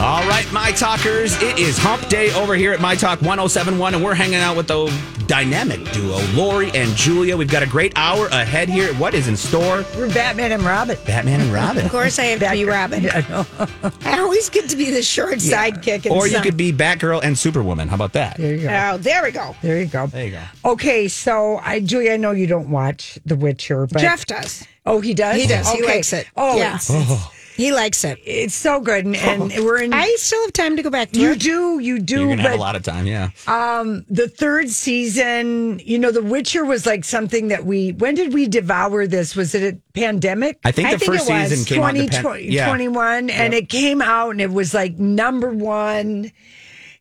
All right, My Talkers, it is hump day over here at My Talk 1071, and we're hanging out with the dynamic duo, Lori and Julia. We've got a great hour ahead here. What is in store? We're Batman and Robin. Batman and Robin. Of course, I have to be Robin. I always get to be the short sidekick. And or you some- could be Batgirl and Superwoman. How about that? There you go. Oh, there we go. There you go. There you go. Okay, so I, Julia, I know you don't watch The Witcher, but Jeff does. oh, he does. He does. He Okay. likes it. Oh, Yeah. it's, it's, He likes it. it's so good, and, and we're in. I still have time to go back to you it. do, you Uh, do, You're going to have a but lot of time, yeah. the third season, you know, The Witcher was like something that we. When did we devour this? Was it a pandemic? I think the first it was season came out. in the pan- 2020 yeah. 21 and it came out and it was like number one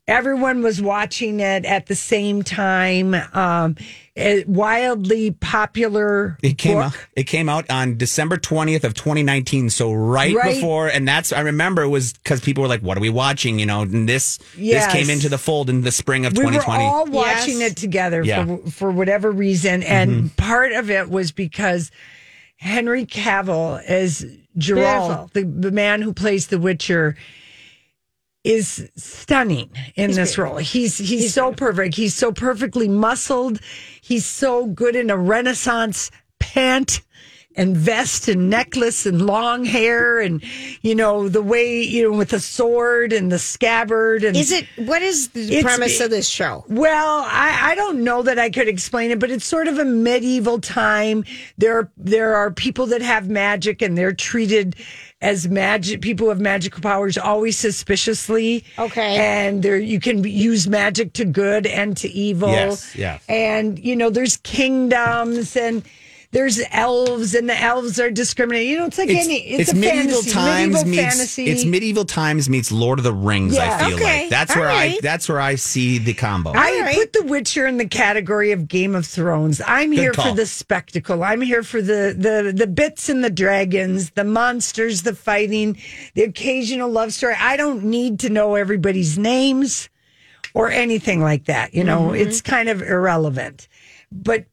everyone was watching it at the same time um a wildly popular It came book. out. It came out on December twentieth of twenty nineteen. So right, Right. before, and that's I remember it was because people were like, "What are we watching?" You know, and this Yes. this came into the fold in the spring of we twenty were twenty. all watching Yes. it together Yeah. Mm-hmm. for, for whatever reason and part of it was because henry cavill as Geralt, Beautiful. the, the man who plays the witcher is stunning in this role he's he's, so perfect he's so perfectly muscled he's so good in a renaissance pant and vest and necklace and long hair and you know the way you know with the sword and the scabbard and Is it? What is the It's- premise of this show? well, I, I don't know that I could explain it, but it's sort of a medieval time. There are, there are people that have magic and they're treated as magic people who have magical powers always suspiciously. Okay. And there you can use magic to good and to evil. Yes, yeah. And you know, there's kingdoms and there's elves and the elves are discriminated. You know, it's like any it's, a medieval fantasy, times medieval meets fantasy. it's medieval times meets Lord of the Rings. I Yeah. feel Okay. like that's All where I right. that's where I see the combo. I All right. put The Witcher in the category of Game of Thrones. I'm here call. for the spectacle. I'm here for the, the the bits and the dragons, the monsters, the fighting, the occasional love story. I don't need to know everybody's names or anything like that. You Mm-hmm. know, it's kind of irrelevant. But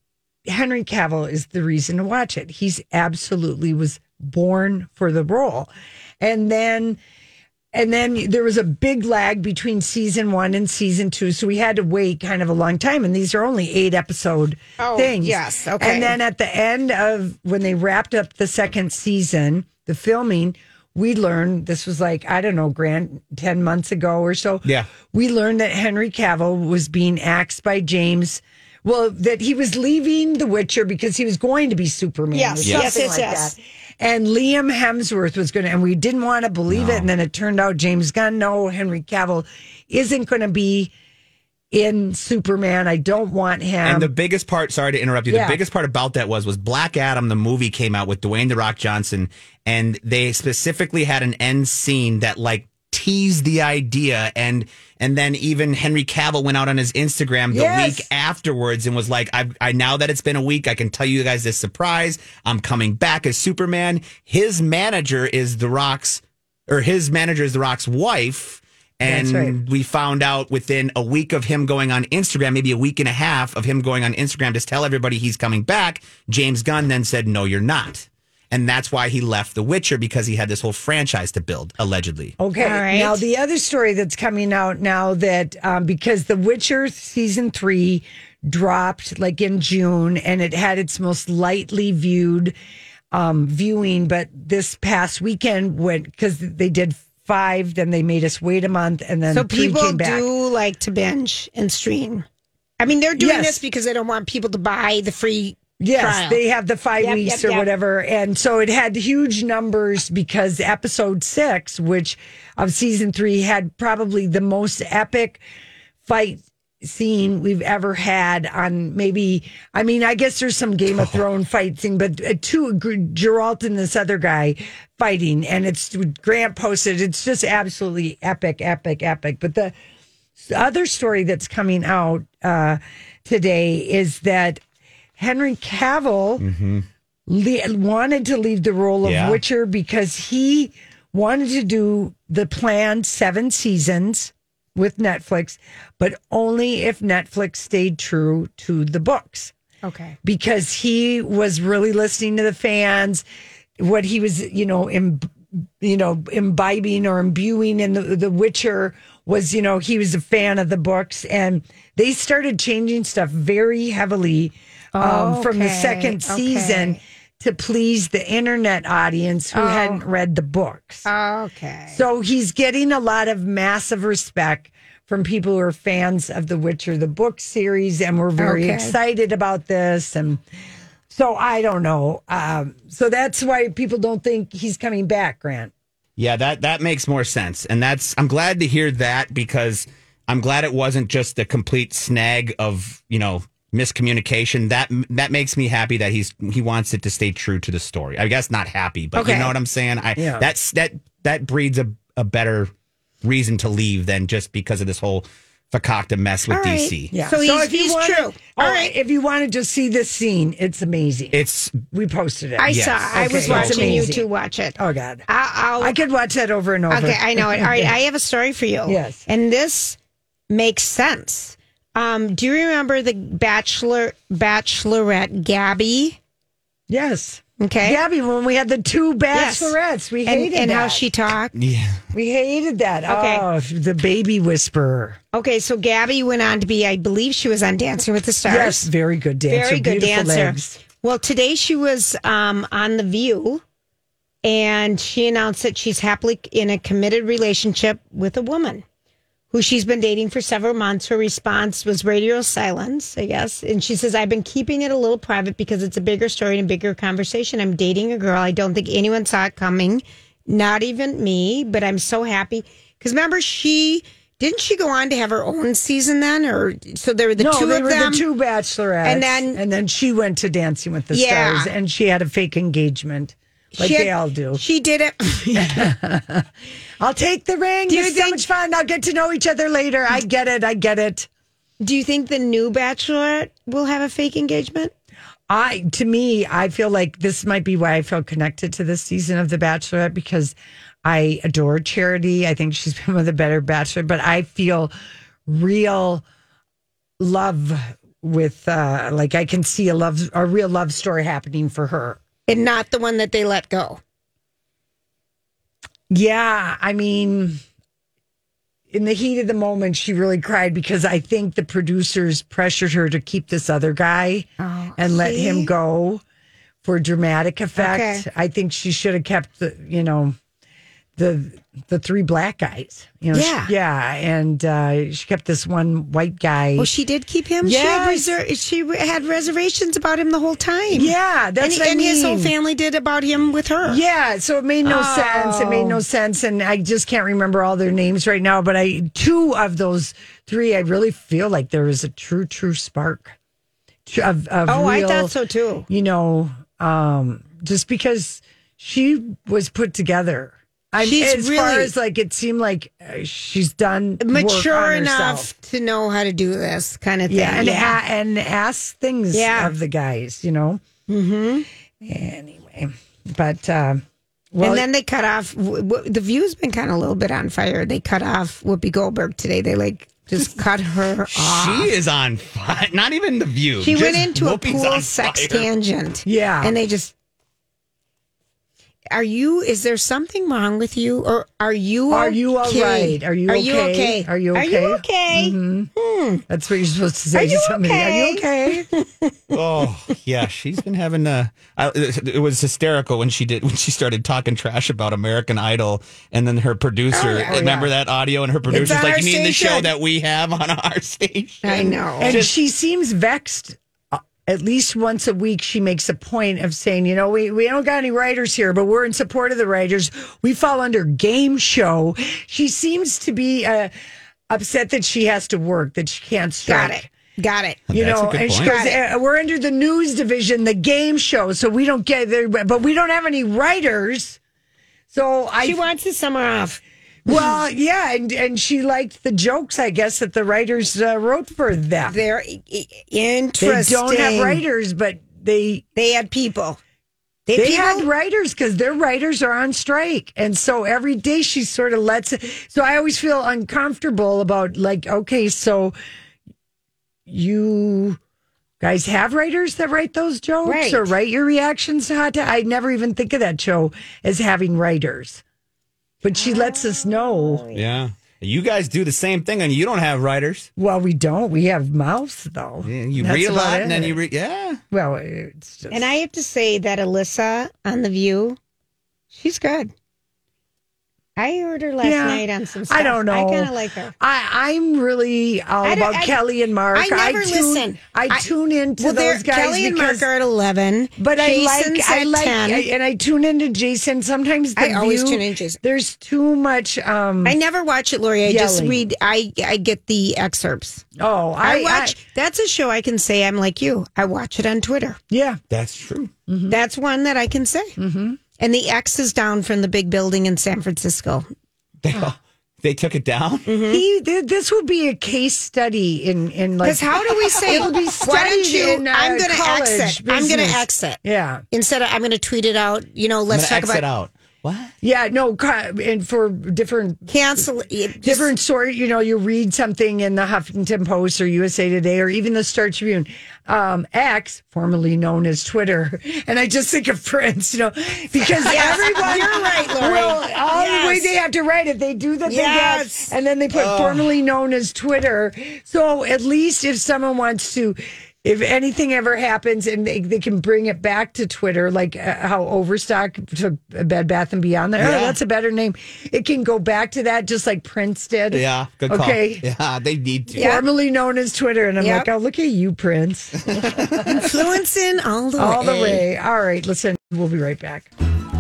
Henry Cavill is the reason to watch it. He's absolutely was born for the role. And then and then there was a big lag between season one and season two, so we had to wait kind of a long time. And these are only eight episode Oh, things. yes, okay. And then at the end of when they wrapped up the second season, the filming, we learned this was like I don't know, Grant, ten months ago or so. Yeah. we learned that Henry Cavill was being axed by James. Well, that he was leaving The Witcher because he was going to be Superman. or Yes, yes, something yes, like yes. that. And Liam Hemsworth was going to, and we didn't want to believe it. And then it turned out James Gunn, no, Henry Cavill isn't going to be in Superman. I don't want him. and the biggest part, sorry to interrupt you. Yeah. The biggest part about that was was Black Adam. The movie came out with Dwayne the Rock Johnson, and they specifically had an end scene that like teased the idea, and and then even Henry Cavill went out on his Instagram the Yes. week afterwards and was like, I, I now that it's been a week, I can tell you guys this surprise. I'm coming back as Superman. His manager is The Rock's, or his manager is The Rock's wife. And That's right. we found out within a week of him going on Instagram, maybe a week and a half of him going on Instagram to tell everybody he's coming back. James Gunn then said, No, you're not. And that's why he left The Witcher because he had this whole franchise to build, allegedly. Okay. All right. Now the other story that's coming out now that um, because The Witcher season three dropped like in June and it had its most lightly viewed um, viewing, but this past weekend went because they did five. Then they made us wait a month, and then So three people came back. do like to binge and stream. I mean, they're doing Yes. this because they don't want people to buy the free. Yes, trial. they have the five Yep, weeks yep, or yep. whatever. And so it had huge numbers because episode six, which of season three, had probably the most epic fight scene we've ever had on maybe, I mean, I guess there's some Game of Thrones fight thing, but uh, two, G- Geralt and this other guy fighting. And it's Grant posted, it's just absolutely epic, epic, epic. But the, the other story that's coming out uh, today is that Henry Cavill le- wanted to leave the role of Yeah. Witcher because he wanted to do the planned seven seasons with Netflix, but only if Netflix stayed true to the books Okay. because he was really listening to the fans, what he was, you know, Im, you know, imbibing or imbuing in the the Witcher was, you know, he was a fan of the books, and they started changing stuff very heavily um, from the Okay, second season okay. to please the internet audience who Oh. hadn't read the books. Okay. So he's getting a lot of massive respect from people who are fans of The Witcher, the book series, and we're very Okay. excited about this. And so I don't know. Um, so that's why people don't think he's coming back, Grant. Yeah, that that makes more sense, and that's I'm glad to hear that because I'm glad it wasn't just a complete snag of you know miscommunication. That that makes me happy that he's he wants it to stay true to the story. I guess not happy, but you Okay. know what I'm saying. I Yeah. that's that that breeds a a better reason to leave than just because of this whole fakakta mess with All right. DC. Yeah. So he's- he's true. All All right. right. Oh, If you want to just see this scene, it's amazing. It's we posted it. I Yes. saw. I Okay. was It's watching you amazing. two watch it. oh, God. I'll, I'll I could watch that over and over. Okay, I know it. All right, I have a story for you. Yes. And this makes sense. Um, do you remember the bachelor bachelorette Gabby? Yes. Okay. Gabby, when we had the two Yes. bachelorettes, we And, hated and how that. she talked. We hated that. Okay. Oh, the baby whisperer. Okay, so Gabby went on to be, I believe she was on Dancing with the Stars. Yes, very good dancer. Very good Beautiful dancer. legs. Well, today she was um, on The View and she announced that she's happily in a committed relationship with a woman who she's been dating for several months. Her response was radio silence, I guess. And she says, I've been keeping it a little private because it's a bigger story and a bigger conversation. I'm dating a girl. I don't think anyone saw it coming, not even me, but I'm so happy. Because remember, she. Didn't she go on to have her own season then, or so there were the no, two they of were them? the two bachelorettes, And then- and then she went to Dancing with the Yeah. Stars, and she had a fake engagement, like She had- they all do. She did it. I'll take the ring. Do you it's so think- much fun. I'll get to know each other later. I get it. I get it. Do you think the new bachelorette will have a fake engagement? I to me, I feel like this might be why I feel connected to this season of The Bachelorette because I adore Charity. I think she's been one of the better Bachelor, but I feel real love with uh like I can see a love a real love story happening for her. And not the one that they let go. Yeah, I mean in the heat of the moment she really cried because I think the producers pressured her to keep this other guy Oh, and let him go for dramatic effect. Okay. I think she should have kept the you know the the three black guys. You know, she- Yeah. yeah, and uh, she kept this one white guy. Well, she did keep him. She had, Yes. reser- she had reservations about him the whole time. yeah, that's and, what I and his whole mean. family did about him with her. Yeah, so it made no sense. It Oh. made no sense, and I just can't remember all their names right now. But I, two of those three, I really feel like there was a true, true spark. tr- Of, of Oh, I real, thought so too. You know, um, just because she was put together. I mean, She's as far really- as like it seemed like uh, she's done work Mature on enough herself. to know how to do this kind of thing. Yeah, and A- and ask things Yeah. of the guys, you know. Mm-hmm. Anyway, but um, well, and then they cut off. W- w- the view's been kind of a little bit on fire. They cut off Whoopi Goldberg today. They like just cut her off. she is on fire. Not even the view. Ah. She went Just into a Whoopi's pool on sex fire. tangent. Yeah. And they just. are you? Is there something wrong with you, or are you? Are you all okay? right? Are you Are you okay? okay? Are you Are you okay? Mm-hmm. okay? That's what you're supposed to say to you somebody. Are you okay? Oh yeah, she's been having a. I, it was hysterical when she did when she started talking trash about American Idol, and then her producer. remember that audio? And her producer's our like, "You mean the show station." that we have on our station?" I know. and she seems vexed. Uh, At least once a week, she makes a point of saying, you know, we, we don't got any writers here, but we're in support of the writers. We fall under game show. She seems to be uh, upset that she has to work, that she can't strike. Got it. Got it. You That's a know, good and she point. goes, "Uh, we're under the news division, the game show, so we don't get there, but we don't have any writers. So I She wants the summer off. Well, yeah, and and she liked the jokes, I guess, that the writers uh, wrote for them. They, They're i- i- interesting. don't have writers, but they They had people. They, they people? had writers because their writers are on strike, and so every day she sort of lets. it- So I always feel uncomfortable about like, okay, so you guys have writers that write those jokes Right. or write your reactions to hot. Ta- I never even think of that show as having writers, but she lets us Oh, know. Yeah, you guys do the same thing, and you don't have writers. Well, we don't. We have mouths, though. Yeah, You That's read a about lot, and then it. you read. Yeah, Well, it's just. And I have to say that Alyssa on The View, she's good. I heard her last Yeah. night on some stuff. I don't know. I kind of like her. I, I'm really all I don't- about I- Kelly and Mark. I never tune, listen. I I- tune into they're- those guys Kelly and because, Mark are at 11. but Jason's I like, I at like, 10. I, and I tune into Jason. Sometimes the I always View, tune in Jason. There's too much. Um, I never watch it, Lori. I just Yelling. read. I I get the excerpts. oh, I, I, watch. that's a show I can say I'm like you. I watch it on Twitter. yeah, that's true. Mm-hmm. That's one that I can say. Mm-hmm. And the X is down from the big building in San Francisco. They they took it down. Mm-hmm. he. Th- this will be a case study in in like. Because how do we say? It'll be why don't studied you? in, uh, I'm going to college exit. I'm going to business. exit. Yeah. Instead of I'm going to tweet it out. You know, I'm let's gonna talk exit about out. What? Yeah. No. co- And for different cancel. it, just- different sort you know you read something in the huffington post or usa today or even the star tribune um, x formerly known as twitter and i just think of prince you know because everyone You're right, Lori. will all the way Yes. they have to write it they do the Yes. thing and then they put formerly known as twitter so at least if someone wants to if anything ever happens and they, they can bring it back to Twitter, like uh, how Overstock took Bed Bath and Beyond, there, Yeah. oh, that's a better name. It can go back to that, just like Prince did. Yeah, good call. Okay. Yeah, they need to. Formerly known as Twitter. And I'm Yep. like, oh, look at you, Prince. influencing all the All the way. way. All right, listen, we'll be right back.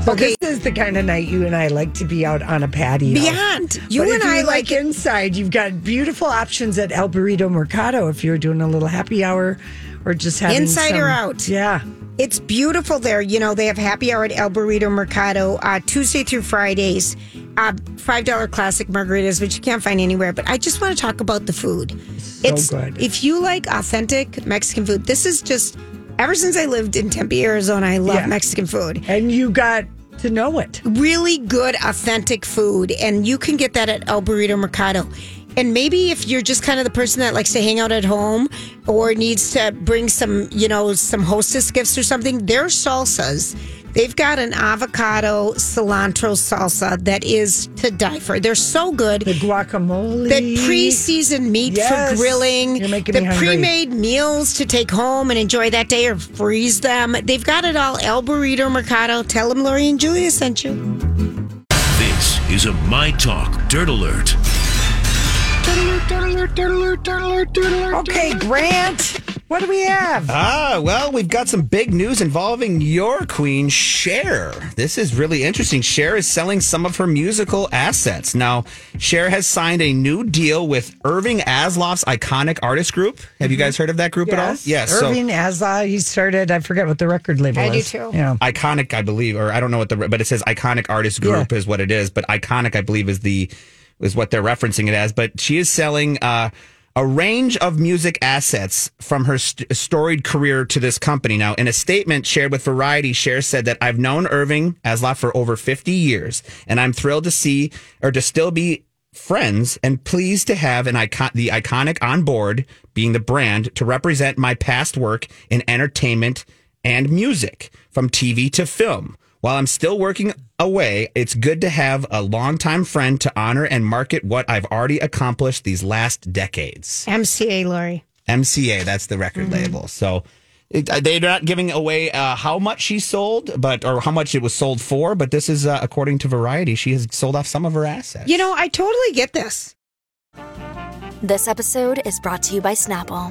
So Okay. This is the kind of night you and I like to be out on a patio. Beyond you But and if I you like it. inside. You've got beautiful options at El Burrito Mercado if you're doing a little happy hour or just having Inside or some- out? Yeah. It's beautiful there. You know, they have happy hour at El Burrito Mercado uh, Tuesday through Fridays. Uh, $5 classic margaritas, which you can't find anywhere. But I just want to talk about the food. it's good. If you like authentic Mexican food, this is just, ever since I lived in Tempe, Arizona, I love Yeah. Mexican food. And you got to know it. Really good, authentic food. And you can get that at El Burrito Mercado. And maybe if you're just kind of the person that likes to hang out at home or needs to bring some, you know, some hostess gifts or something, their salsas, they've got an avocado cilantro salsa that is to die for. They're so good. The guacamole. The pre-seasoned meat for Yes. grilling, You're making the me hungry. pre-made meals to take home and enjoy that day or freeze them. They've got it all. El Burrito Mercado. Tell them Lori and Julia sent you. This is a My Talk Dirt Alert. Okay, Grant, what do we have? Ah, well, we've got some big news involving your queen, Cher. This is really interesting. Cher is selling some of her musical assets. Now, Cher has signed a new deal with Irving Asloff's iconic artist group. Have you guys heard of that group at all? Yes. so- Mm-hmm. Irving Asla, he started, I forget what the record label I do is. too. Yeah. iconic i believe or i don't know what the but it says iconic artist group is what it is but iconic i believe is the is what they're referencing it as but she is selling uh a range of music assets from her st- storied career to this company. Now, in a statement shared with Variety, Cher said that I've known Irving Asloff for over 50 years, and I'm thrilled to see or to still be friends and pleased to have an icon- the iconic on board being the brand to represent my past work in entertainment and music from TV to film. While I'm still working away, it's good to have a longtime friend to honor and market what I've already accomplished these last decades. MCA, Lori. MCA, that's the record label. So it, they're not giving away uh, how much she sold, but or how much it was sold for. But this is uh, according to Variety. She has sold off some of her assets. You know, I totally get this. This episode is brought to you by Snapple.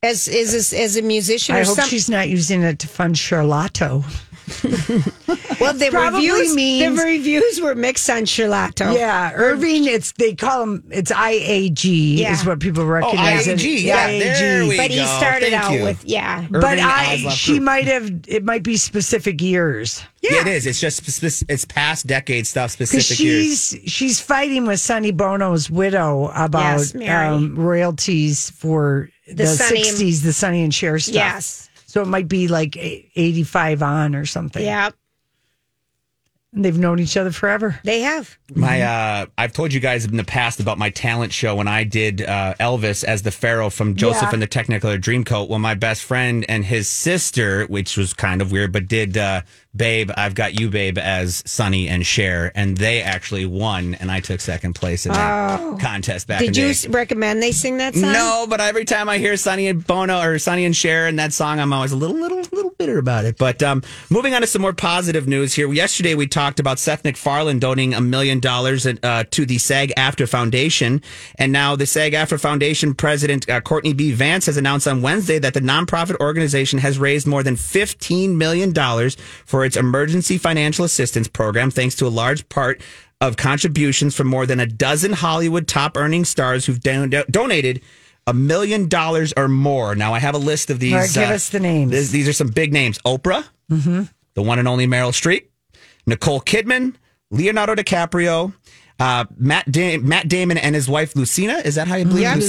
As is this as a musician I or hope something. she's not using it to fund Charlotto. Well, the Probably reviews means- the reviews were mixed on Charlotto. Yeah, Irving. It's they call him. It's IAG Yeah. Oh, is what people recognize. it. IAG, yeah, there we but he go. started Thank out you. with yeah. But Irving I, Osloff she Group. might have. It might be specific years Yeah. it is. It's just spec- it's past decade stuff, because specific years. she's she's fighting with Sonny Bono's widow about Yes, Mary. um, royalties for the, Sonny- '60s, the Sonny and Cher stuff. Yes. so it might be like a- '85 on or something. Yeah. And they've known each other forever. They have. My, uh, I've told you guys in the past about my talent show when I did uh, Elvis as the Pharaoh from Joseph and the Technicolor Dreamcoat. Well, my best friend and his sister, which was kind of weird, but did uh, Babe, I've Got You, Babe, as Sonny and Cher, and they actually won, and I took second place in that contest back. in Oh. Did the you day. s recommend they sing that song? No, but every time I hear Sonny and Bono or Sonny and Cher and that song, I'm always a little, little, little bitter about it. But um, moving on to some more positive news here. Yesterday, we talked about Seth MacFarlane donating a million dollars uh, to the SAG After Foundation. And now the SAG After Foundation president, uh, Courtney B. Vance, has announced on Wednesday that the nonprofit organization has raised more than $15 million for its emergency financial assistance program, thanks to a large part of contributions from more than a dozen Hollywood top earning stars who've don- donated a million dollars or more. Now I have a list of these. uh, All right, give us the names. Mm-hmm. this- these are some big names: Oprah, the one and only Meryl Streep, Nicole Kidman, Leonardo DiCaprio. Uh, Matt da- Matt Damon and his wife Lucina is that how you believe Yeah, Mm-hmm.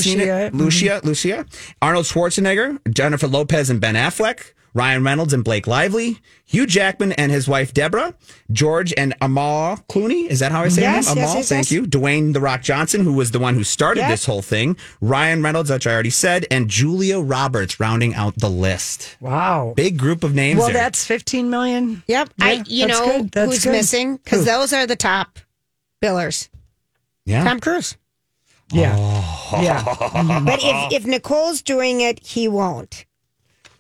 Lucina Lucia. Lucia Lucia Arnold Schwarzenegger Jennifer Lopez and Ben Affleck Ryan Reynolds and Blake Lively Hugh Jackman and his wife Deborah George and Amal Clooney is that how I say Yes, his name yes, Amal yes, thank yes. you Dwayne the Rock Johnson who was the one who started Yep. this whole thing Ryan Reynolds which I already said and Julia Roberts rounding out the list Wow. big group of names well, there. that's 15 million. Yep. I you that's know good, that's who's good. missing because those are the top billers. yeah Tom Cruise. Yeah. Oh. Yeah. Uh-huh. But if if Nicole's doing it, he won't.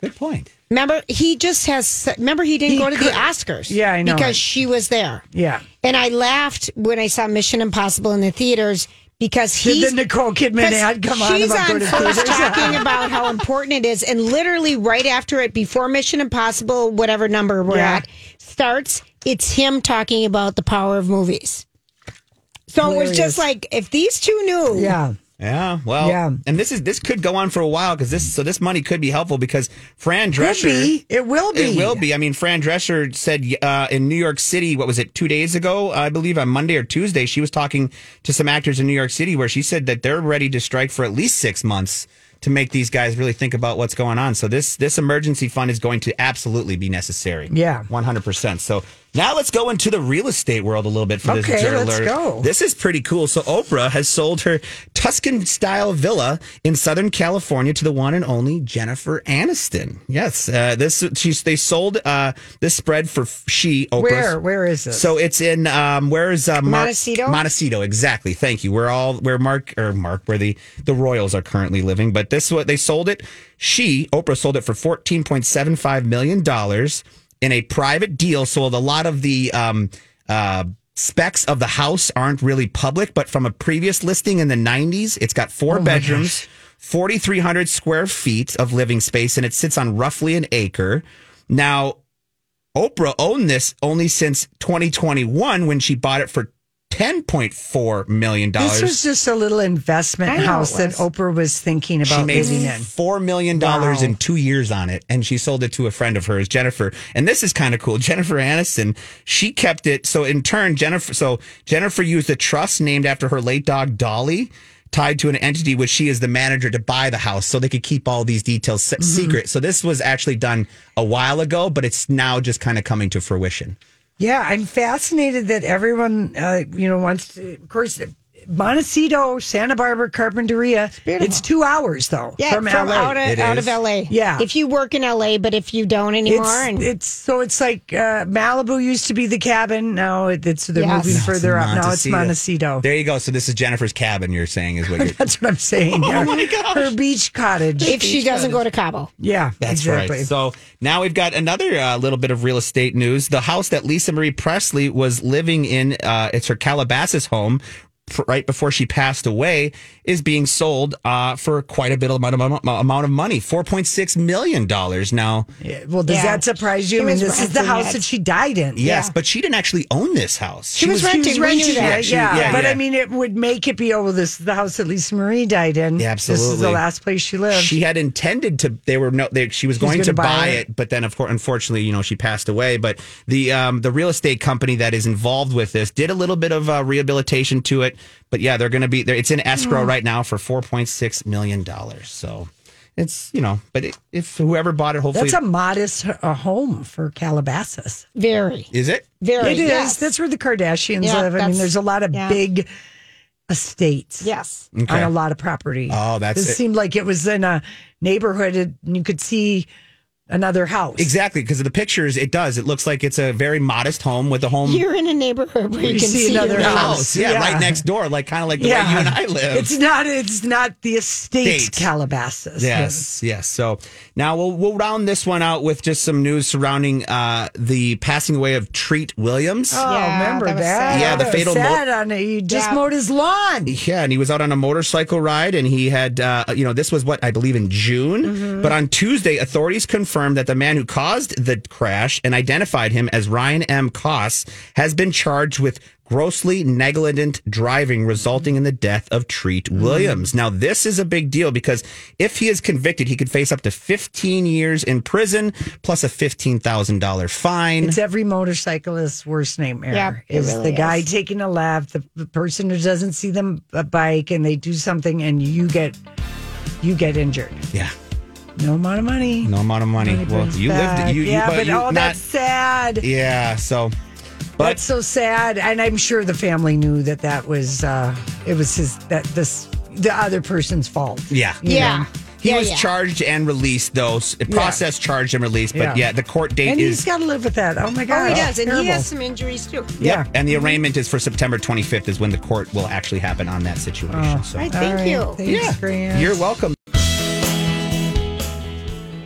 good point Remember, he just has. Remember, he didn't He go to the could- Oscars. Yeah, I know. because she was there. Yeah. And I laughed when I saw Mission Impossible in the theaters because Did he's the Nicole Kidman ad come on she's about go on to first theaters? talking about how important it is, and literally right after it, before Mission Impossible, whatever number we're Yeah. at starts, it's him talking about the power of movies. So it was Hilarious. just like if these two knew, Yeah. Yeah, well, Yeah. and this is this could go on for a while because this so this money could be helpful because Fran Drescher be. It will be. it will be. I mean, Fran Drescher said uh, in New York City, what was it, two days ago? I believe on Monday or Tuesday, she was talking to some actors in New York City where she said that they're ready to strike for at least six months to make these guys really think about what's going on. So this this emergency fund is going to absolutely be necessary. Yeah. one hundred percent. So now let's go into the real estate world a little bit for this. Okay, Dirt let's alert. go. This is pretty cool. So Oprah has sold her Tuscan style villa in Southern California to the one and only Jennifer Aniston. Yes, uh, this she's they sold uh, this spread for she Oprah. Where? Where is it? So it's in um, where is uh, Mar- Montecito? Montecito, exactly. Thank you. We're all where Mark or Mark where the the Royals are currently living. But this what they sold it. She Oprah sold it for fourteen point seven five million dollars in a private deal. Sold a lot of the um, uh, Specs of the house aren't really public, but from a previous listing in the 90s, it's got four bedrooms, 4,300 square feet of living space, and it sits on roughly an acre. Now, Oprah owned this only since 2021 when she bought it for $10.4 million. This was just a little investment I know it house that was. Oprah was thinking She about made living in. four million dollars in two years on it, and she sold it to a friend of hers, Jennifer. And this is kind of cool. Jennifer Aniston, she kept it. So in turn, Jennifer, so Jennifer used a trust named after her late dog Dolly, tied to an entity which she is the manager to buy the house, so they could keep all these details Mm-hmm. se- secret. So this was actually done a while ago, but it's now just kind of coming to fruition. Yeah, I'm fascinated that everyone, uh, you know, wants to. Of course, Montecito, Santa Barbara, Carpinteria. It's, two hours though Yeah, from, from, LA. out, It of, out is. of LA. Yeah. If you work in LA, but if you don't anymore, it's, and it's so it's like uh, Malibu used to be the cabin. Now it, it's they're Yes. moving Now it's further up. Now it's Montecito. Montecito. There you go. So this is Jennifer's cabin. You're saying is what you're. That's what I'm saying. Oh my gosh. her beach cottage. if she doesn't go to Cabo, yeah, That's exactly. right. So now we've got another uh, little bit of real estate news. The house that Lisa Marie Presley was living in, uh, it's her Calabasas home. f- Right before she passed away, is being sold uh, for quite a bit of amount of, mo- amount of money, four point six million dollars. Now, Yeah, well, does Yeah. that surprise you? She I mean, was this is the renting house it. that she died in. yes, but she didn't actually own this house. She was renting. We knew that. Yeah, she- yeah, yeah, but yeah. I mean, it would make it be. Oh, well, this is the house that Lisa Marie died in. Yeah, This is the absolutely. last place she lived. She had intended to. They were no. They, she was going gonna to buy buy, it. it. but then of course, unfortunately, you know, she passed away. But the um, the real estate company that is involved with this did a little bit of uh, rehabilitation to it. But yeah, they're going to be. there. It's in escrow Hmm. right now for four point six million dollars. So it's you know, but it, if whoever bought it, hopefully, That's a modest uh, home for Calabasas. very, is it? very. It is. yes. That's where the Kardashians Yeah, live. I mean, that's- there's a lot of yeah. big estates Yes. on a lot of property. Oh, that's This it. seemed like it was in a neighborhood and you could see another house. Exactly, because of the pictures, it does. It looks like it's a very modest home with a home You're in a neighborhood where you, can see, another another your house. house. house. Yeah, Yeah. right next door, like kind of like the way you and I live. It's not. It's not the estate, Estate. Calabasas. Yes, yes. So now we'll we'll round this one out with just some news surrounding uh, the passing away of Treat Williams. Oh, Yeah, remember that that? was sad. Yeah, the That was fatal mo- sad on it. He just Yeah. mowed his lawn. Yeah, and he was out on a motorcycle ride, and he had, uh, you know, this was what I believe in June. Mm-hmm. But on Tuesday, authorities confirmed that the man who caused the crash and identified him as Ryan M. Koss has been charged with grossly negligent driving, resulting in the death of Treat Mm-hmm. Williams. Now, this is a big deal because if he is convicted, he could face up to 15 years in prison plus a $15,000 fine. It's every motorcyclist's worst nightmare. Yeah, it is really the guy is. taking a left, the, the person who doesn't see them a bike, and they do something, and you get you get injured. yeah, No amount of money. no amount of money. well, brings you lived back. it. You, yeah, you, but you all not, that's sad. Yeah, so. But that's so sad, and I'm sure the family knew that that was uh, it was his that this the other person's fault. Yeah. Yeah. He Yeah, was yeah. charged and released, though. s- Process charged and released, but Yeah. yeah, the court date And he's is. got to live with that. Oh my god. Oh, he does, and he terrible. has some injuries too. Yeah. And the arraignment is for September 25th, is when the court will actually happen on that situation. so, All right, All thank right, you. Thanks, Grant. You're welcome.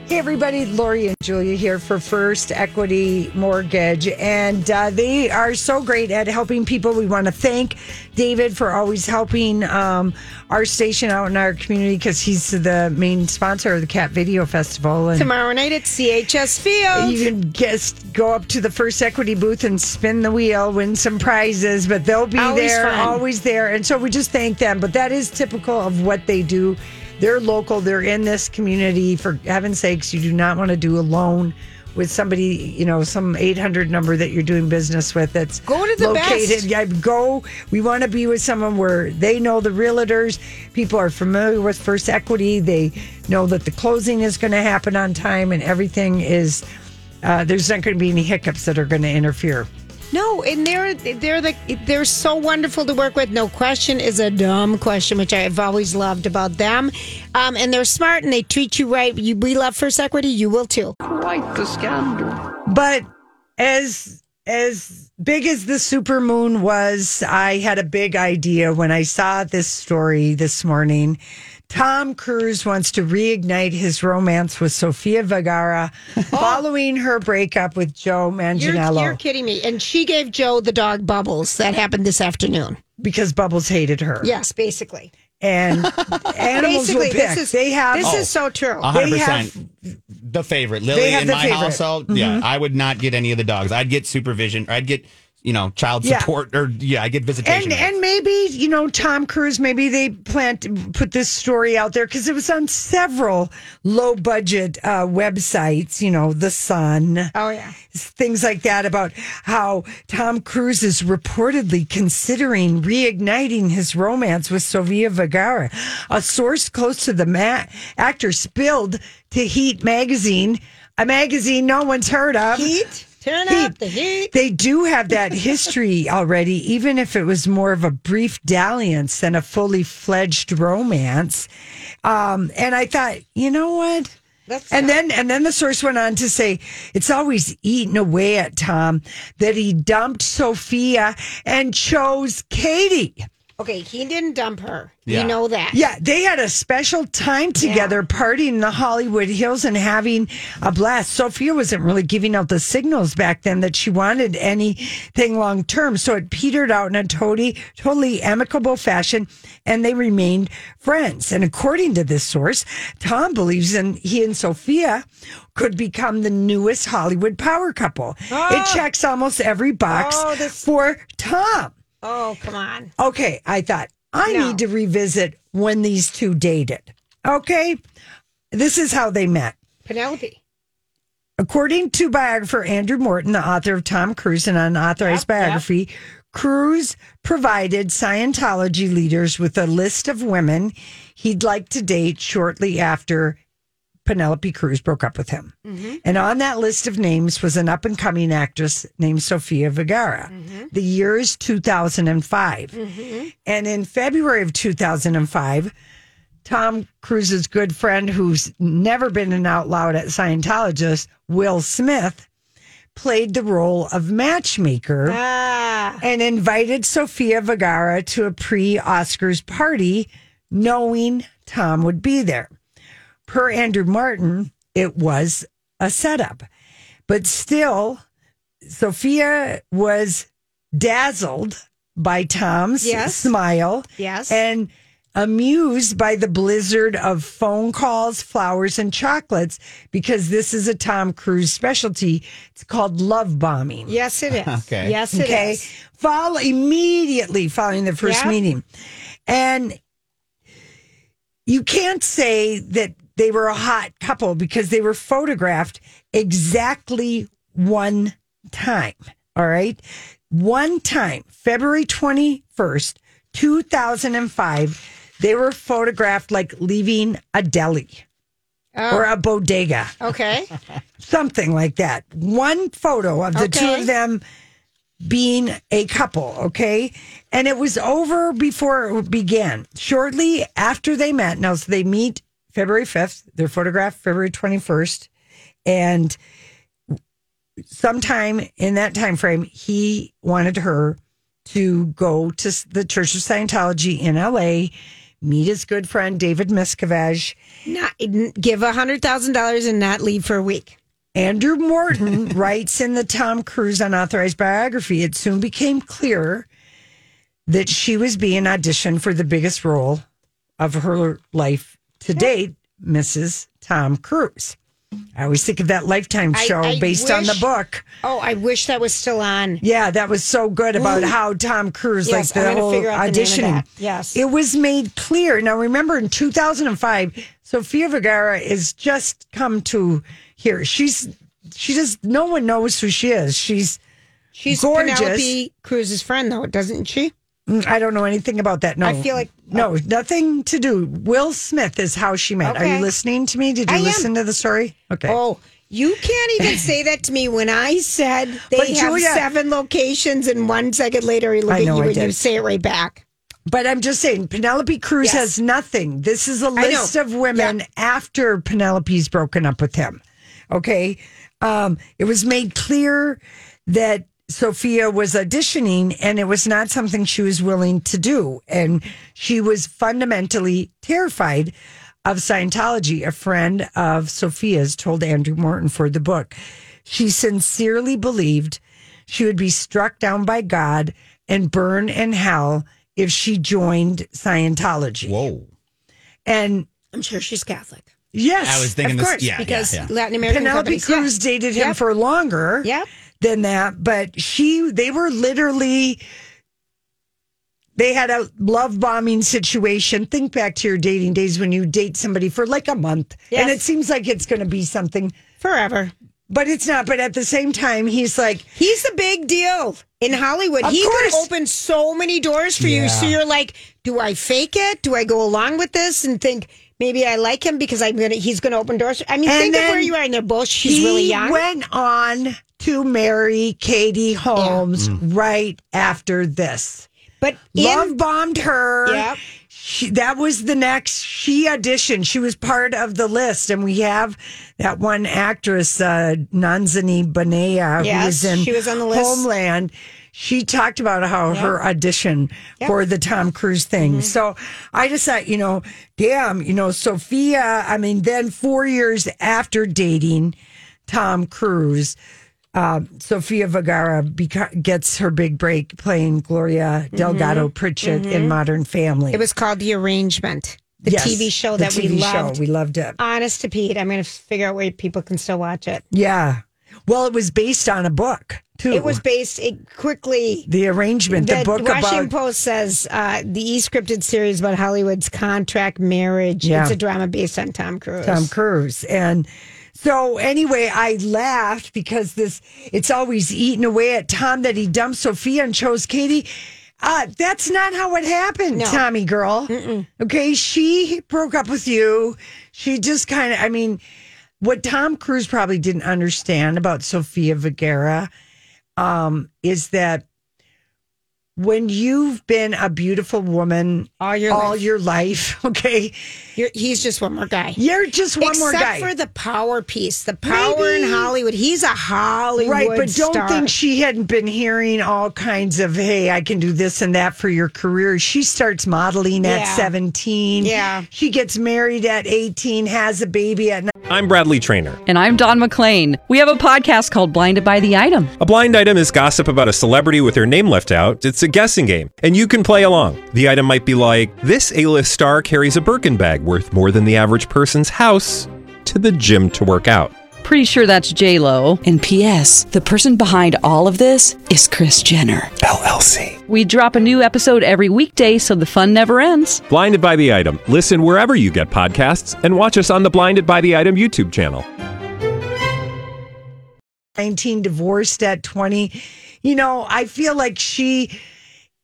Hey, everybody, Lori and Julia here for First Equity Mortgage. And uh, they are so great at helping people. We want to thank David for always helping um, our station out in our community because he's the main sponsor of the Cat Video Festival. And Tomorrow night at CHS Field. you can just go up to the First Equity booth and spin the wheel, win some prizes, but they'll be Always there, fun. always there. And so we just thank them. But that is typical of what they do. They're local, they're in this community. For heaven's sakes, you do not want to do a loan with somebody, you know, some 800 number that you're doing business with that's Go to the located. best. Yeah, go. We want to be with someone where they know the realtors. People are familiar with First Equity. They know that the closing is going to happen on time and everything is. Uh, there's not going to be any hiccups that are going to interfere. No, and they're they're like they're so wonderful to work with. No question is a dumb question, which I've always loved about them. Um, and they're smart and they treat you right. You, we love First Equity. You will too. But as as big as the super moon was, I had a big idea when I saw this story this morning. Tom Cruise wants to reignite his romance with Sofia Vergara following her breakup with Joe You're, Manganiello Oh. you're kidding me. And she gave Joe the dog Bubbles. That happened this afternoon. because Bubbles hated her. Yes, basically. And animals Basically, will pick. this is they have Oh. this is so true. A hundred They have- percent. The favorite. Lily They have in the my favorite. Mm-hmm. household. Yeah. I would not get any of the dogs. I'd get supervision or I'd get, you know, child Yeah. support or yeah, I get visitation. and rights. and maybe you know Tom Cruise. Maybe they plant put this story out there because it was on several low budget uh, websites. You know, The Sun, oh yeah. things like that about how Tom Cruise is reportedly considering reigniting his romance with Sofia Vergara. A source close to the ma- actor spilled to Heat magazine, a magazine no one's heard of. Heat. Turn up the heat. They do have that history already, even if it was more of a brief dalliance than a fully fledged romance. Um, and I thought, you know what? That's and then and then the source went on to say it's always eaten away at Tom that he dumped Sophia and chose Katie. Okay, he didn't dump her. Yeah. You know that. Yeah, they had a special time together, partying in the Hollywood Hills and having a blast. Sophia wasn't really giving out the signals back then that she wanted anything long term, so it petered out in a totally, totally amicable fashion, and they remained friends. And according to this source, Tom believes in he and Sophia could become the newest Hollywood power couple. It checks almost every box Ah. Oh, this- for Tom. Oh, come on. Okay, I thought I No. need to revisit when these two dated. Okay, this is how they met. Penelope. According to biographer Andrew Morton, the author of Tom Cruise, an unauthorized biography, Cruise provided Scientology leaders with a list of women he'd like to date shortly after Penelope Cruz broke up with him. And on that list of names was an up and coming actress named Sofia Vergara. The year is 2005. And in February of 2005, Tom Cruise's good friend, who's never been an out loud Scientologist, Will Smith, played the role of matchmaker Ah. and invited Sofia Vergara to a pre Oscars party, knowing Tom would be there. Per Andrew Martin, it was a setup. But still, Sophia was dazzled by Tom's Yes. smile Yes. and amused by the blizzard of phone calls, flowers, and chocolates because this is a Tom Cruise specialty. It's called love bombing. Yes, it is. Okay. Yes, it is. Okay. Follow immediately following the first Yeah. meeting. And you can't say that they were a hot couple because they were photographed exactly one time. All right. One time, February 21st, 2005, they were photographed like leaving a deli Oh. or a bodega Okay. something like that. One photo of the two Okay. of them being a couple, okay? And it was over before it began. Shortly after they met, now so they meet February 5th, they're photographed February 21st, and sometime in that time frame, he wanted her to go to s- the Church of Scientology in LA, meet his good friend David Miscavige, Not give a hundred thousand dollars and not leave for a week. Andrew Morton writes in the Tom Cruise unauthorized biography, it soon became clear that she was being auditioned for the biggest role of her life to date, Mrs. Tom Cruise. I always think of that Lifetime I- show I based on the wish- book. Oh, I wish that was still on. Yeah, that was so good about how Tom Cruise, Yes, like I'm the gonna whole figure out the name of auditioning. that. Yes. It was made clear. Now, remember in 2005, Sofia Vergara is just come to here. She's, she just, no one knows who she is. She's, She's Gorgeous. Penelope Cruz's friend, though, doesn't she? mm, I don't know anything about that. No. I feel like- uh, no, nothing to do. Will Smith is how she met. Are Okay. you listening to me? Did you I am. listen to the story? Okay. Oh, you can't even say that to me when I said they But have Julia- seven locations, and one second later, he looked I at know you I and you did. say it right back. But I'm just saying, Penelope Cruz Yes. has nothing. This is a know. list of women after Penelope's broken up with him. Okay. Um, it was made clear that Sophia was auditioning and it was not something she was willing to do. And she was fundamentally terrified of Scientology. A friend of Sophia's told Andrew Morton for the book. She sincerely believed she would be struck down by God and burn in hell if she joined Scientology. Whoa. And I'm sure she's Catholic. yes, I was thinking of this. course, yeah, yeah, Because yeah. Latin American Penelope companies- Cruz yeah. dated him Yep. for longer Yep. than that, but she they were literally they had a love bombing situation. Think back to your dating days when you date somebody for like a month and Yes. it seems like it's going to be something, forever. but it's not. But at the same time, he's like, He's the big deal in Hollywood. Of he course. could open so many doors for you. So you're like, do I fake it? Do I go along with this and think maybe I like him because I'm gonna he's gonna open doors? I mean, And think of where then you are, and they're both she's he really young. went on to marry Katie Holmes Mm. right after this. but in, Love bombed her. Yep. She, that was the next. She auditioned. She was part of the list, and we have that one actress, uh, Nanzani Banea, who Yes, was in she was on the list. Homeland. She talked about how her audition for the Tom Cruise Mm-hmm. thing. So I just thought, you know, damn, you know, Sophia. I mean, then four years after dating Tom Cruise, Sofia Vergara beca- gets her big break playing Gloria Delgado Pritchett in Modern Family. Mm-hmm. it was called The Arrangement, the Yes, TV show the that we TV show. loved. Um, We loved it. Honest to Pete, I'm gonna figure out where people can still watch it. Yeah. Well, it was based on a book too. It was based it quickly. the arrangement, the, The book Washington about Post says uh, the e-scripted series about Hollywood's contract marriage. Yeah. It's a drama based on Tom Cruise. Tom Cruise. And so anyway, I laughed because this it's always eaten away at Tom that he dumped Sophia and chose Katie. Uh, that's not how it happened, Tommy girl. Okay, she broke up with you. She just kind of, I mean, what Tom Cruise probably didn't understand about Sophia Vergara um, is that when you've been a beautiful woman All your all life. your life, okay, Oh, You're, he's just one more guy. you're just one Except more guy. for the power piece, the power in Maybe. Hollywood. He's a Hollywood Right, but don't star. think she hadn't been hearing all kinds of, hey, I can do this and that for your career. She starts modeling at Yeah. 17. Yeah. She gets married at 18, has a baby at I'm Bradley Trainer. And I'm Don McClain. We have a podcast called Blinded by the Item. A blind item is gossip about a celebrity with their name left out. It's a guessing game, and you can play along. The item might be like this: A-list star carries a Birkin bag worth more than the average person's house to the gym to work out. Pretty sure that's J Lo. And P.S. The person behind all of this is Chris Jenner LLC. We drop a new episode every weekday, so the fun never ends. Blinded by the item. Listen wherever you get podcasts, and watch us on the Blinded by the Item YouTube channel. 19, divorced at 20. You know, I feel like she,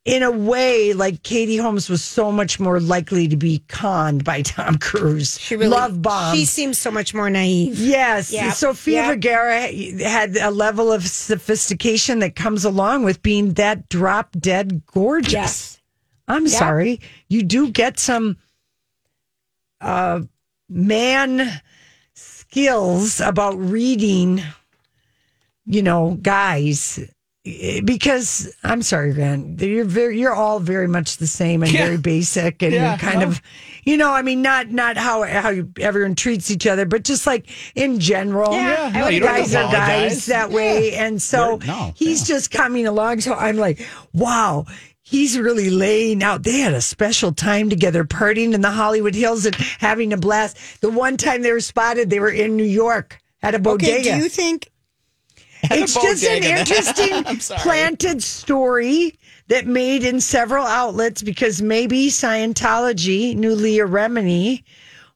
in a way, like Katie Holmes was so much more likely to be conned by Tom Cruise. she really love bombs. She seems so much more naive. Yes, Yep, Sophia yep. Vergara had a level of sophistication that comes along with being that drop dead gorgeous. Yes. I'm sorry, you do get some uh, man skills about reading, you know, guys. Eh, Because I'm sorry, Grant, you're very, you're all very much the same and very basic and kind of, you know, I mean, not not how how you, everyone treats each other, but just like in general, Yeah, no, you don't have to guys are apologize. guys that way, and so We're- no, he's just coming along. So I'm like, wow, he's really laying out. They had a special time together, partying in the Hollywood Hills and having a blast. The one time they were spotted, they were in New York at a bodega. Okay, do you think? It's just an interesting planted story that made in several outlets because maybe Scientology knew Leah Remini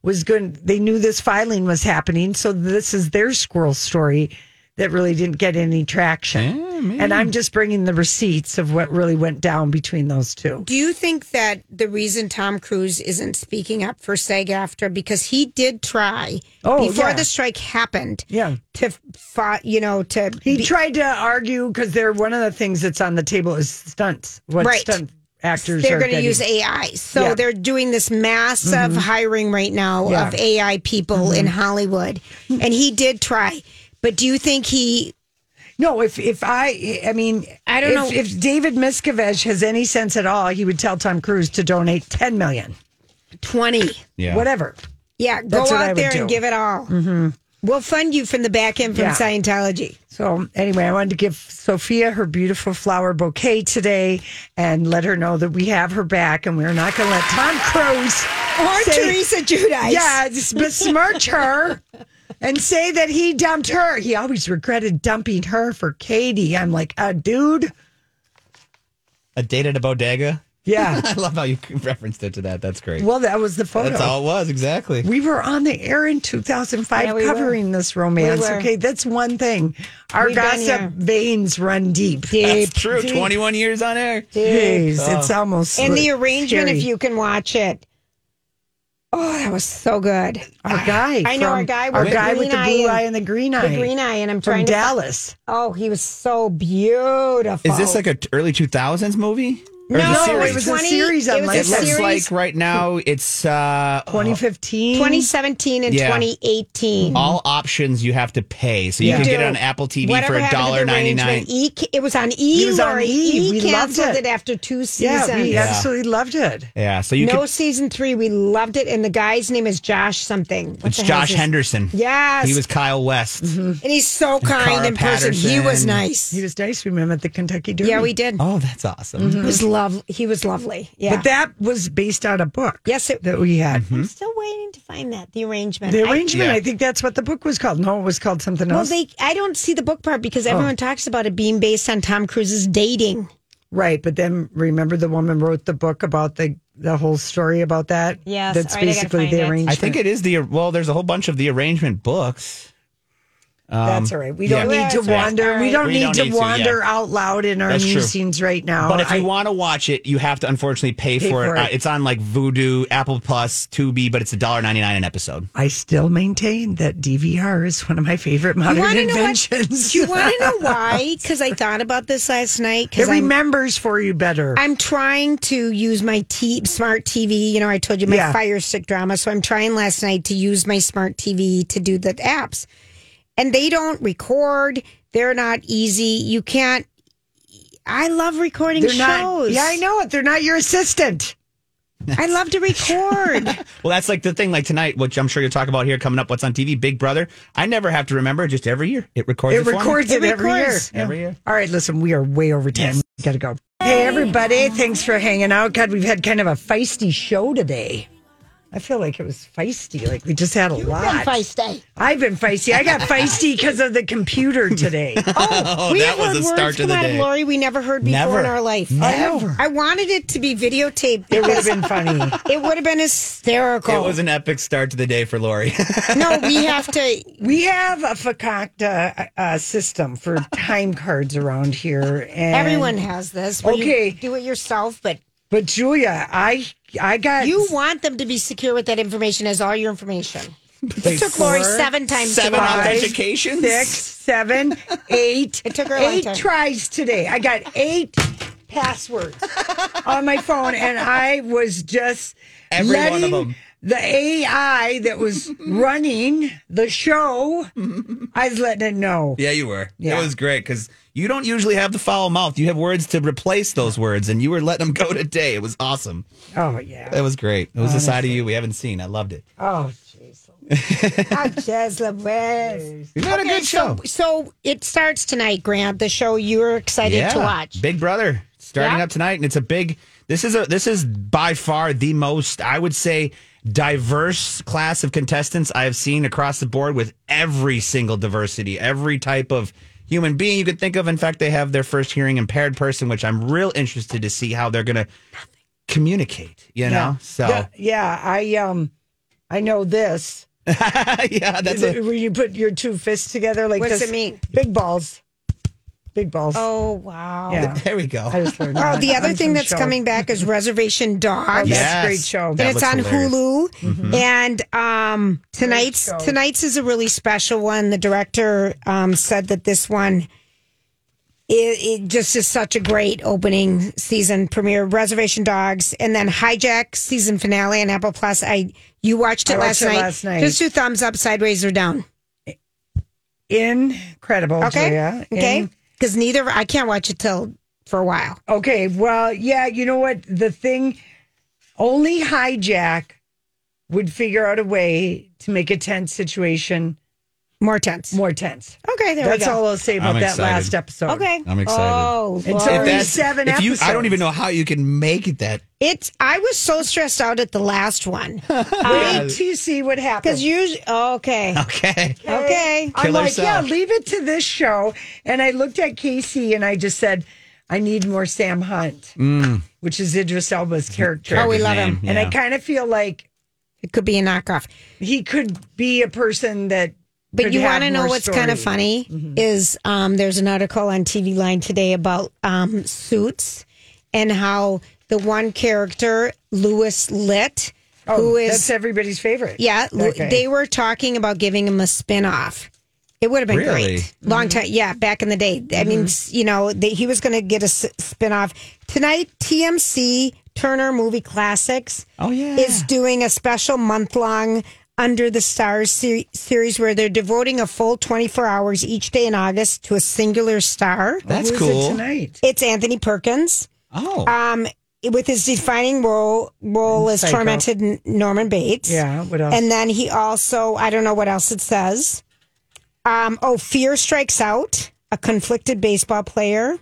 was going. They knew this filing was happening, so this is their squirrel story that really didn't get any traction. and I'm just bringing the receipts of what really went down between those two. Do you think that the reason Tom Cruise isn't speaking up for SAG-AFTRA because he did try Oh, before yeah. the strike happened? Yeah. to fight, you know, to He be- tried to argue because they're one of the things that's on the table is stunts. What Right. stunt actors they're are going to getting. use AI. So Yeah. Mm-hmm. they're doing this massive hiring right now Yeah. Mm-hmm. of AI people in Hollywood. And he did try. But do you think he No, if if I, I mean, I don't if, know. if David Miscavige has any sense at all. He would tell Tom Cruise to donate ten million, Twenty. Yeah. whatever. Yeah, go That's what I out would there and do. Mm-hmm. give it all. We'll fund you from the back end from Yeah. Scientology. So anyway, I wanted to give Sophia her beautiful flower bouquet today and let her know that we have her back and we're not going to let Tom Cruise Or say- Teresa Judice. yeah, just besmirch her and say that he dumped her. He always regretted dumping her for Katie. I'm like, uh, dude. A date at a bodega. Yeah. I love how you referenced it to that. That's great. Well, that was the photo. That's all it was exactly. We were on the air in 2005 Yeah, we were. covering this romance. We were. okay, that's one thing. Our We've been here. gossip veins run deep. That's true. Twenty-one years on air. Jeez, it's almost And the arrangement, scary. if you can watch it. Oh, that was so good. Our guy. I know from- our guy with Our the guy green with the eye blue and- eye and the green eye. The green eye, and I'm from trying to. Dallas. Oh, he was so beautiful. Is this like a t- early two thousands movie? Or is it No, a series? it was a 20 series on it was a It looks series. like right now it's uh, Oh. 2015. 2017 and Yeah. 2018? all options you have to pay. So you You can get do. it on Apple TV Whatever for a happened to the dollar ninety nine. arrangement? E, it was on E. It was on Lori. E. E We loved canceled it. it. after two seasons. Yeah, we Yeah. absolutely loved it. Yeah, so you no can. season three. We loved it, and the guy's name is Josh something. What It's the hell Josh is his- Henderson. Yes, Mm-hmm. He was Kyle West. and he's so kind Cara in person. He was Patterson. nice. He was nice. We met him at the Kentucky Derby. yeah, we did. Oh, that's awesome. He was love. He was lovely. Yeah. But that was based on a book. Yes, it- Mm-hmm. that we had. Mm-hmm. I'm still waiting to find that the arrangement. The I- arrangement. Yeah. I think that's what the book was called. No, it was Oh. called something well, else. they. I don't see the book part because everyone talks about it being based on Tom Cruise's dating. right, but then remember the woman wrote the book about the the whole story about that. Yes, that's all right, I gotta basically find it. the arrangement. I think it is the well. There's a whole bunch of the arrangement books. That's all right. We don't yeah. need to That's all right. wander. We don't We need don't to need to, yeah. wander out loud in our That's true. musings right Oh, now. But if you I- want to watch it, you have to unfortunately pay, Pay for, for it. Uh, it. it's on like Voodoo, Apple Plus, Tubi, but it's a dollar ninety nine an episode. I still maintain that DVR is one of my favorite modern You want to know what? inventions. Do you want to know why? Because I thought about this last night. it Because I'm, remembers for you better. I'm trying to use my t- smart TV. You know, I told you my Yeah. Fire Stick drama. So I'm trying last night to use my smart TV to do the apps, and they don't record. They're not easy. You can't. I love recording They're shows. not. Yeah, I know it. They're not your assistant. I love to record. Well, that's like the thing. Like tonight, which I'm sure you'll talk about here coming up. What's on TV? Big Brother. I never have to remember. Just every year, it records. It for me. records it, It every year. records. Every year. All right, listen, we are way over time. Gotta go. Hey, everybody. Thanks for hanging out. God, we've had kind of a feisty show today. I feel like it was feisty. Like we just had a lot. Feisty. I've been feisty. I got feisty because of the computer today. Oh, that have was heard the words start to come the out day. of Lori we never heard before Never. in our life. Never. I wanted it to be videotaped. It would have been funny. It would have been hysterical. It was an epic start to the day for Lori. no, we have to. We have a Fakakta uh, system for time cards around here. And, Everyone has this. Where Okay. You do it yourself, but But Julia, I I got you want them to be secure with that information as all your information. It took four, Lori seven times Seven to learn. Five, authentications. six, seven, eight. It took her a long eight time. tries today. I got eight passwords on my phone, and I was just Every one of letting them. The AI that was running the show, I was letting it know. Yeah, you were. Yeah. It was great because you don't usually have the foul mouth. You have words to replace those words, and you were letting them go today. It was awesome. Oh yeah. It was great. It was a side of you we haven't seen. I loved it. Oh jeez. I just love Wes. We've had a good show. So it starts tonight, Grant. The show you're excited to watch. Big Brother starting Yeah. up tonight, and it's a big. This is a this is by far the most I would say diverse class of contestants I have seen across the board with every single diversity, every type of human being you could think of. In fact, they have their first hearing impaired person, which I'm real interested to see how they're going to communicate. You know, so Yeah, yeah, I um, I know this. yeah, that's Is it a, when you put your two fists together like What's this. it mean? Big balls, big balls. Oh wow. yeah. there we go. I just learned Oh, that the other on thing some that's show. coming back is Reservation Dogs. Yeah. that's a great show. That and it's looks on hilarious. Mm-hmm. Hulu. And um, tonight's show. tonight's is a really special one. The director um, said that this one it, it just is such a great opening season premiere. Reservation Dogs, and then Hijack season finale on Apple Plus. I you watched it, I watched last, it night. last night. Just do thumbs up, sideways, or down. Incredible, Okay. Julia. Okay. Because neither I can't watch it till for a while. Okay, well, yeah, you know what? The thing only hijack would figure out a way to make a tense situation More tense. more tense. Okay, Oh, there That's we go. all I'll say about I'm that excited. last episode. Okay. I'm excited. Oh, And Lord. so- If that's- 37 if you, I don't episodes. even know how you can make it that. it's I was so stressed out at the last one. Wait to see what happens. Because usually, okay, Okay. okay. I'm Kill like, herself. yeah, leave it to this show. And I looked at Casey and I just said, I need more Sam Hunt, Mm. which is Idris Elba's character. Oh, we love him. And I kind of feel like It could be a knockoff. he could be a person that. But could you have want to know more Mm-hmm. what's kind of story. funny is um, there's an article on TV Line today about um, suits and how the one character Lewis Litt, Oh, who is that's everybody's favorite. yeah, Lu- Okay. they were talking about giving him a spin off. It would have been Really? great, long time. Yeah, back in the day. I mean, s- you know, they, he was going to get a s- spin off tonight. TMC Turner Movie Classics. Oh, yeah. is doing a special month long Under the Stars ser- series where they're devoting a full 24 hours each day in August to a singular star. That's Who is it cool. tonight? It's Anthony Perkins Oh. um, with his defining role role as Psycho. tormented N- Norman Bates. Yeah, what else? And then he also, I don't know what else it says. Um, oh, Fear Strikes Out, a conflicted baseball player.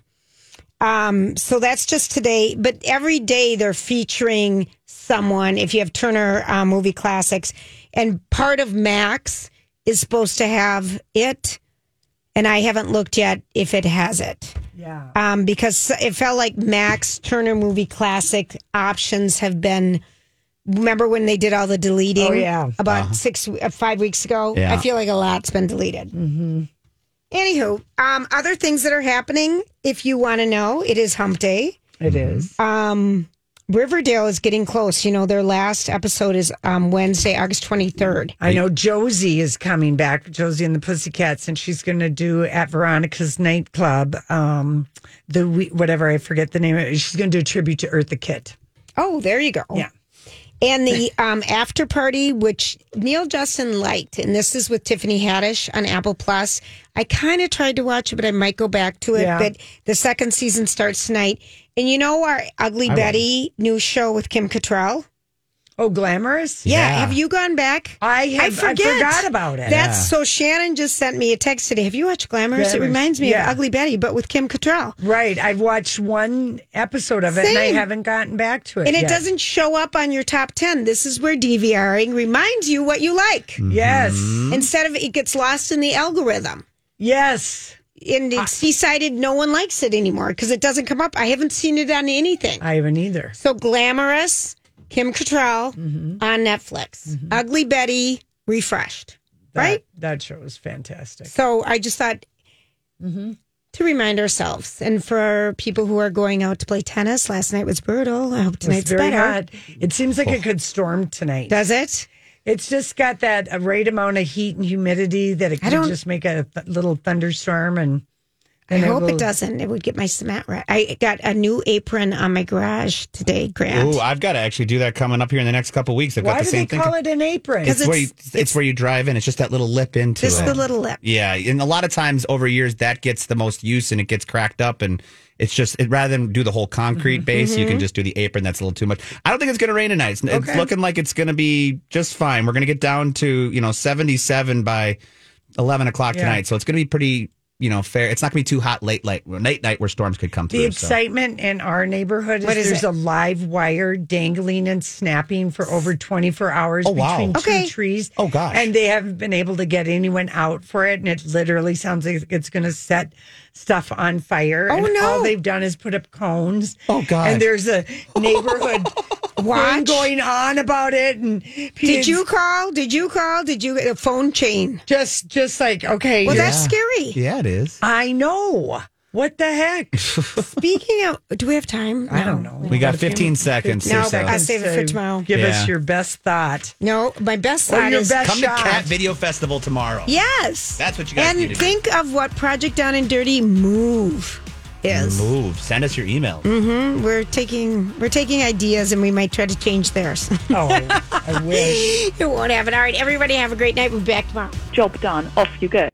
Um, so that's just today, but every day they're featuring someone. If you have Turner uh, Movie Classics, and part of Max is supposed to have it, and I haven't looked yet if it has it yeah. um, because it felt like Max Turner movie classic options have been. Remember when they did all the deleting? Oh, yeah. about six uh, five weeks ago. Yeah. I feel like a lot's been deleted. Mm-hmm. Anywho, um, other things that are happening. If you want to know, it is Hump Day. It is. um, Riverdale is getting close. You know, their last episode is um, Wednesday, August twenty third. I know Josie is coming back, Josie and the Pussycats, and she's going to do at Veronica's nightclub, um, the we- whatever I forget the name. Of it. She's going to do a tribute to Eartha Kitt. Oh, there you go. Yeah. And the um, after party, which Neil Justin liked, and this is with Tiffany Haddish on Apple Plus. I kind of tried to watch it, but I might go back to it. Yeah. But the second season starts tonight. And you know our Ugly Betty new show with Kim Cattrall? Oh, glamorous! Yeah. Yeah. Have you gone back? I have, I, forget. forgot about it. That's so. Shannon just sent me a text today. Have you watched Glamorous? It Glamorous, reminds me yeah. of Ugly Betty, but with Kim Cattrall. right. I've watched one episode of it, and I Same. haven't gotten back to it. And it yet. doesn't show up on your top 10. This is where DVRing reminds you what you like. Yes, instead of it gets lost in the algorithm. yes. And it's Ah. decided no one likes it anymore because it doesn't come up. I haven't seen it on anything. I haven't either. So glamorous, Kim Cattrall Mm-hmm. on Netflix. Ugly Betty refreshed, That, right? That show was fantastic. So I just thought Mm-hmm. to remind ourselves and for people who are going out to play tennis. Last night was brutal. I hope It was tonight's very better. Oh. hot. It seems like it could storm tonight. Does it? It's just got that uh, right amount of heat and humidity that it I can don't- just make a th- little thunderstorm. And I And it hope it will- doesn't. It would get my cement right. I got a new apron on my garage today, Grant. Ooh, I've got to actually do that coming up here in the next couple weeks. I've got why the do same they thing. call it an apron? it's, Because where you, it's- it's, where you drive in. It's just that little lip into Just it. the little lip. Yeah, and a lot of times over years that gets the most use and it gets cracked up and it's just it, rather than do the whole Mm-hmm. concrete base, you can just do the apron. That's a little too much. I don't think it's going to rain tonight. It's, it's looking like it's going to be just fine. We're going to get down to you know seventy seven by eleven o'clock tonight, so it's going to be pretty you know fair. It's not going to be too hot late late late night where storms could come the through. so. excitement in our neighborhood is, What is there's it? a live wire dangling and snapping for over 24 hours Oh, wow. between Okay. two trees. Oh, gosh. And they haven't been able to get anyone out for it. And it literally sounds like it's going to set stuff on fire. Oh, and no. All they've done is put up cones. Oh, God. And there's a neighborhood thing Watch. going on about it. And Did you call? Did you call? Did you get a phone chain? just just like okay Well, you're- that's scary. Yeah, it is. i know what the heck Speaking of, do we have time? i don't No. know We got fifteen seconds. No, or so. but I save it for tomorrow. give Yeah. us your best thought No, my best Or thought your is best- Come to shot. Cat Video Festival tomorrow. yes. That's what you guys and need to do. think of what Project Down and Dirty Move is. Move. Send us your email. We're taking we're taking ideas and we might try to change theirs. oh i wish it won't happen. All right, everybody have a great night. We'll be back tomorrow. Job done. Off you go.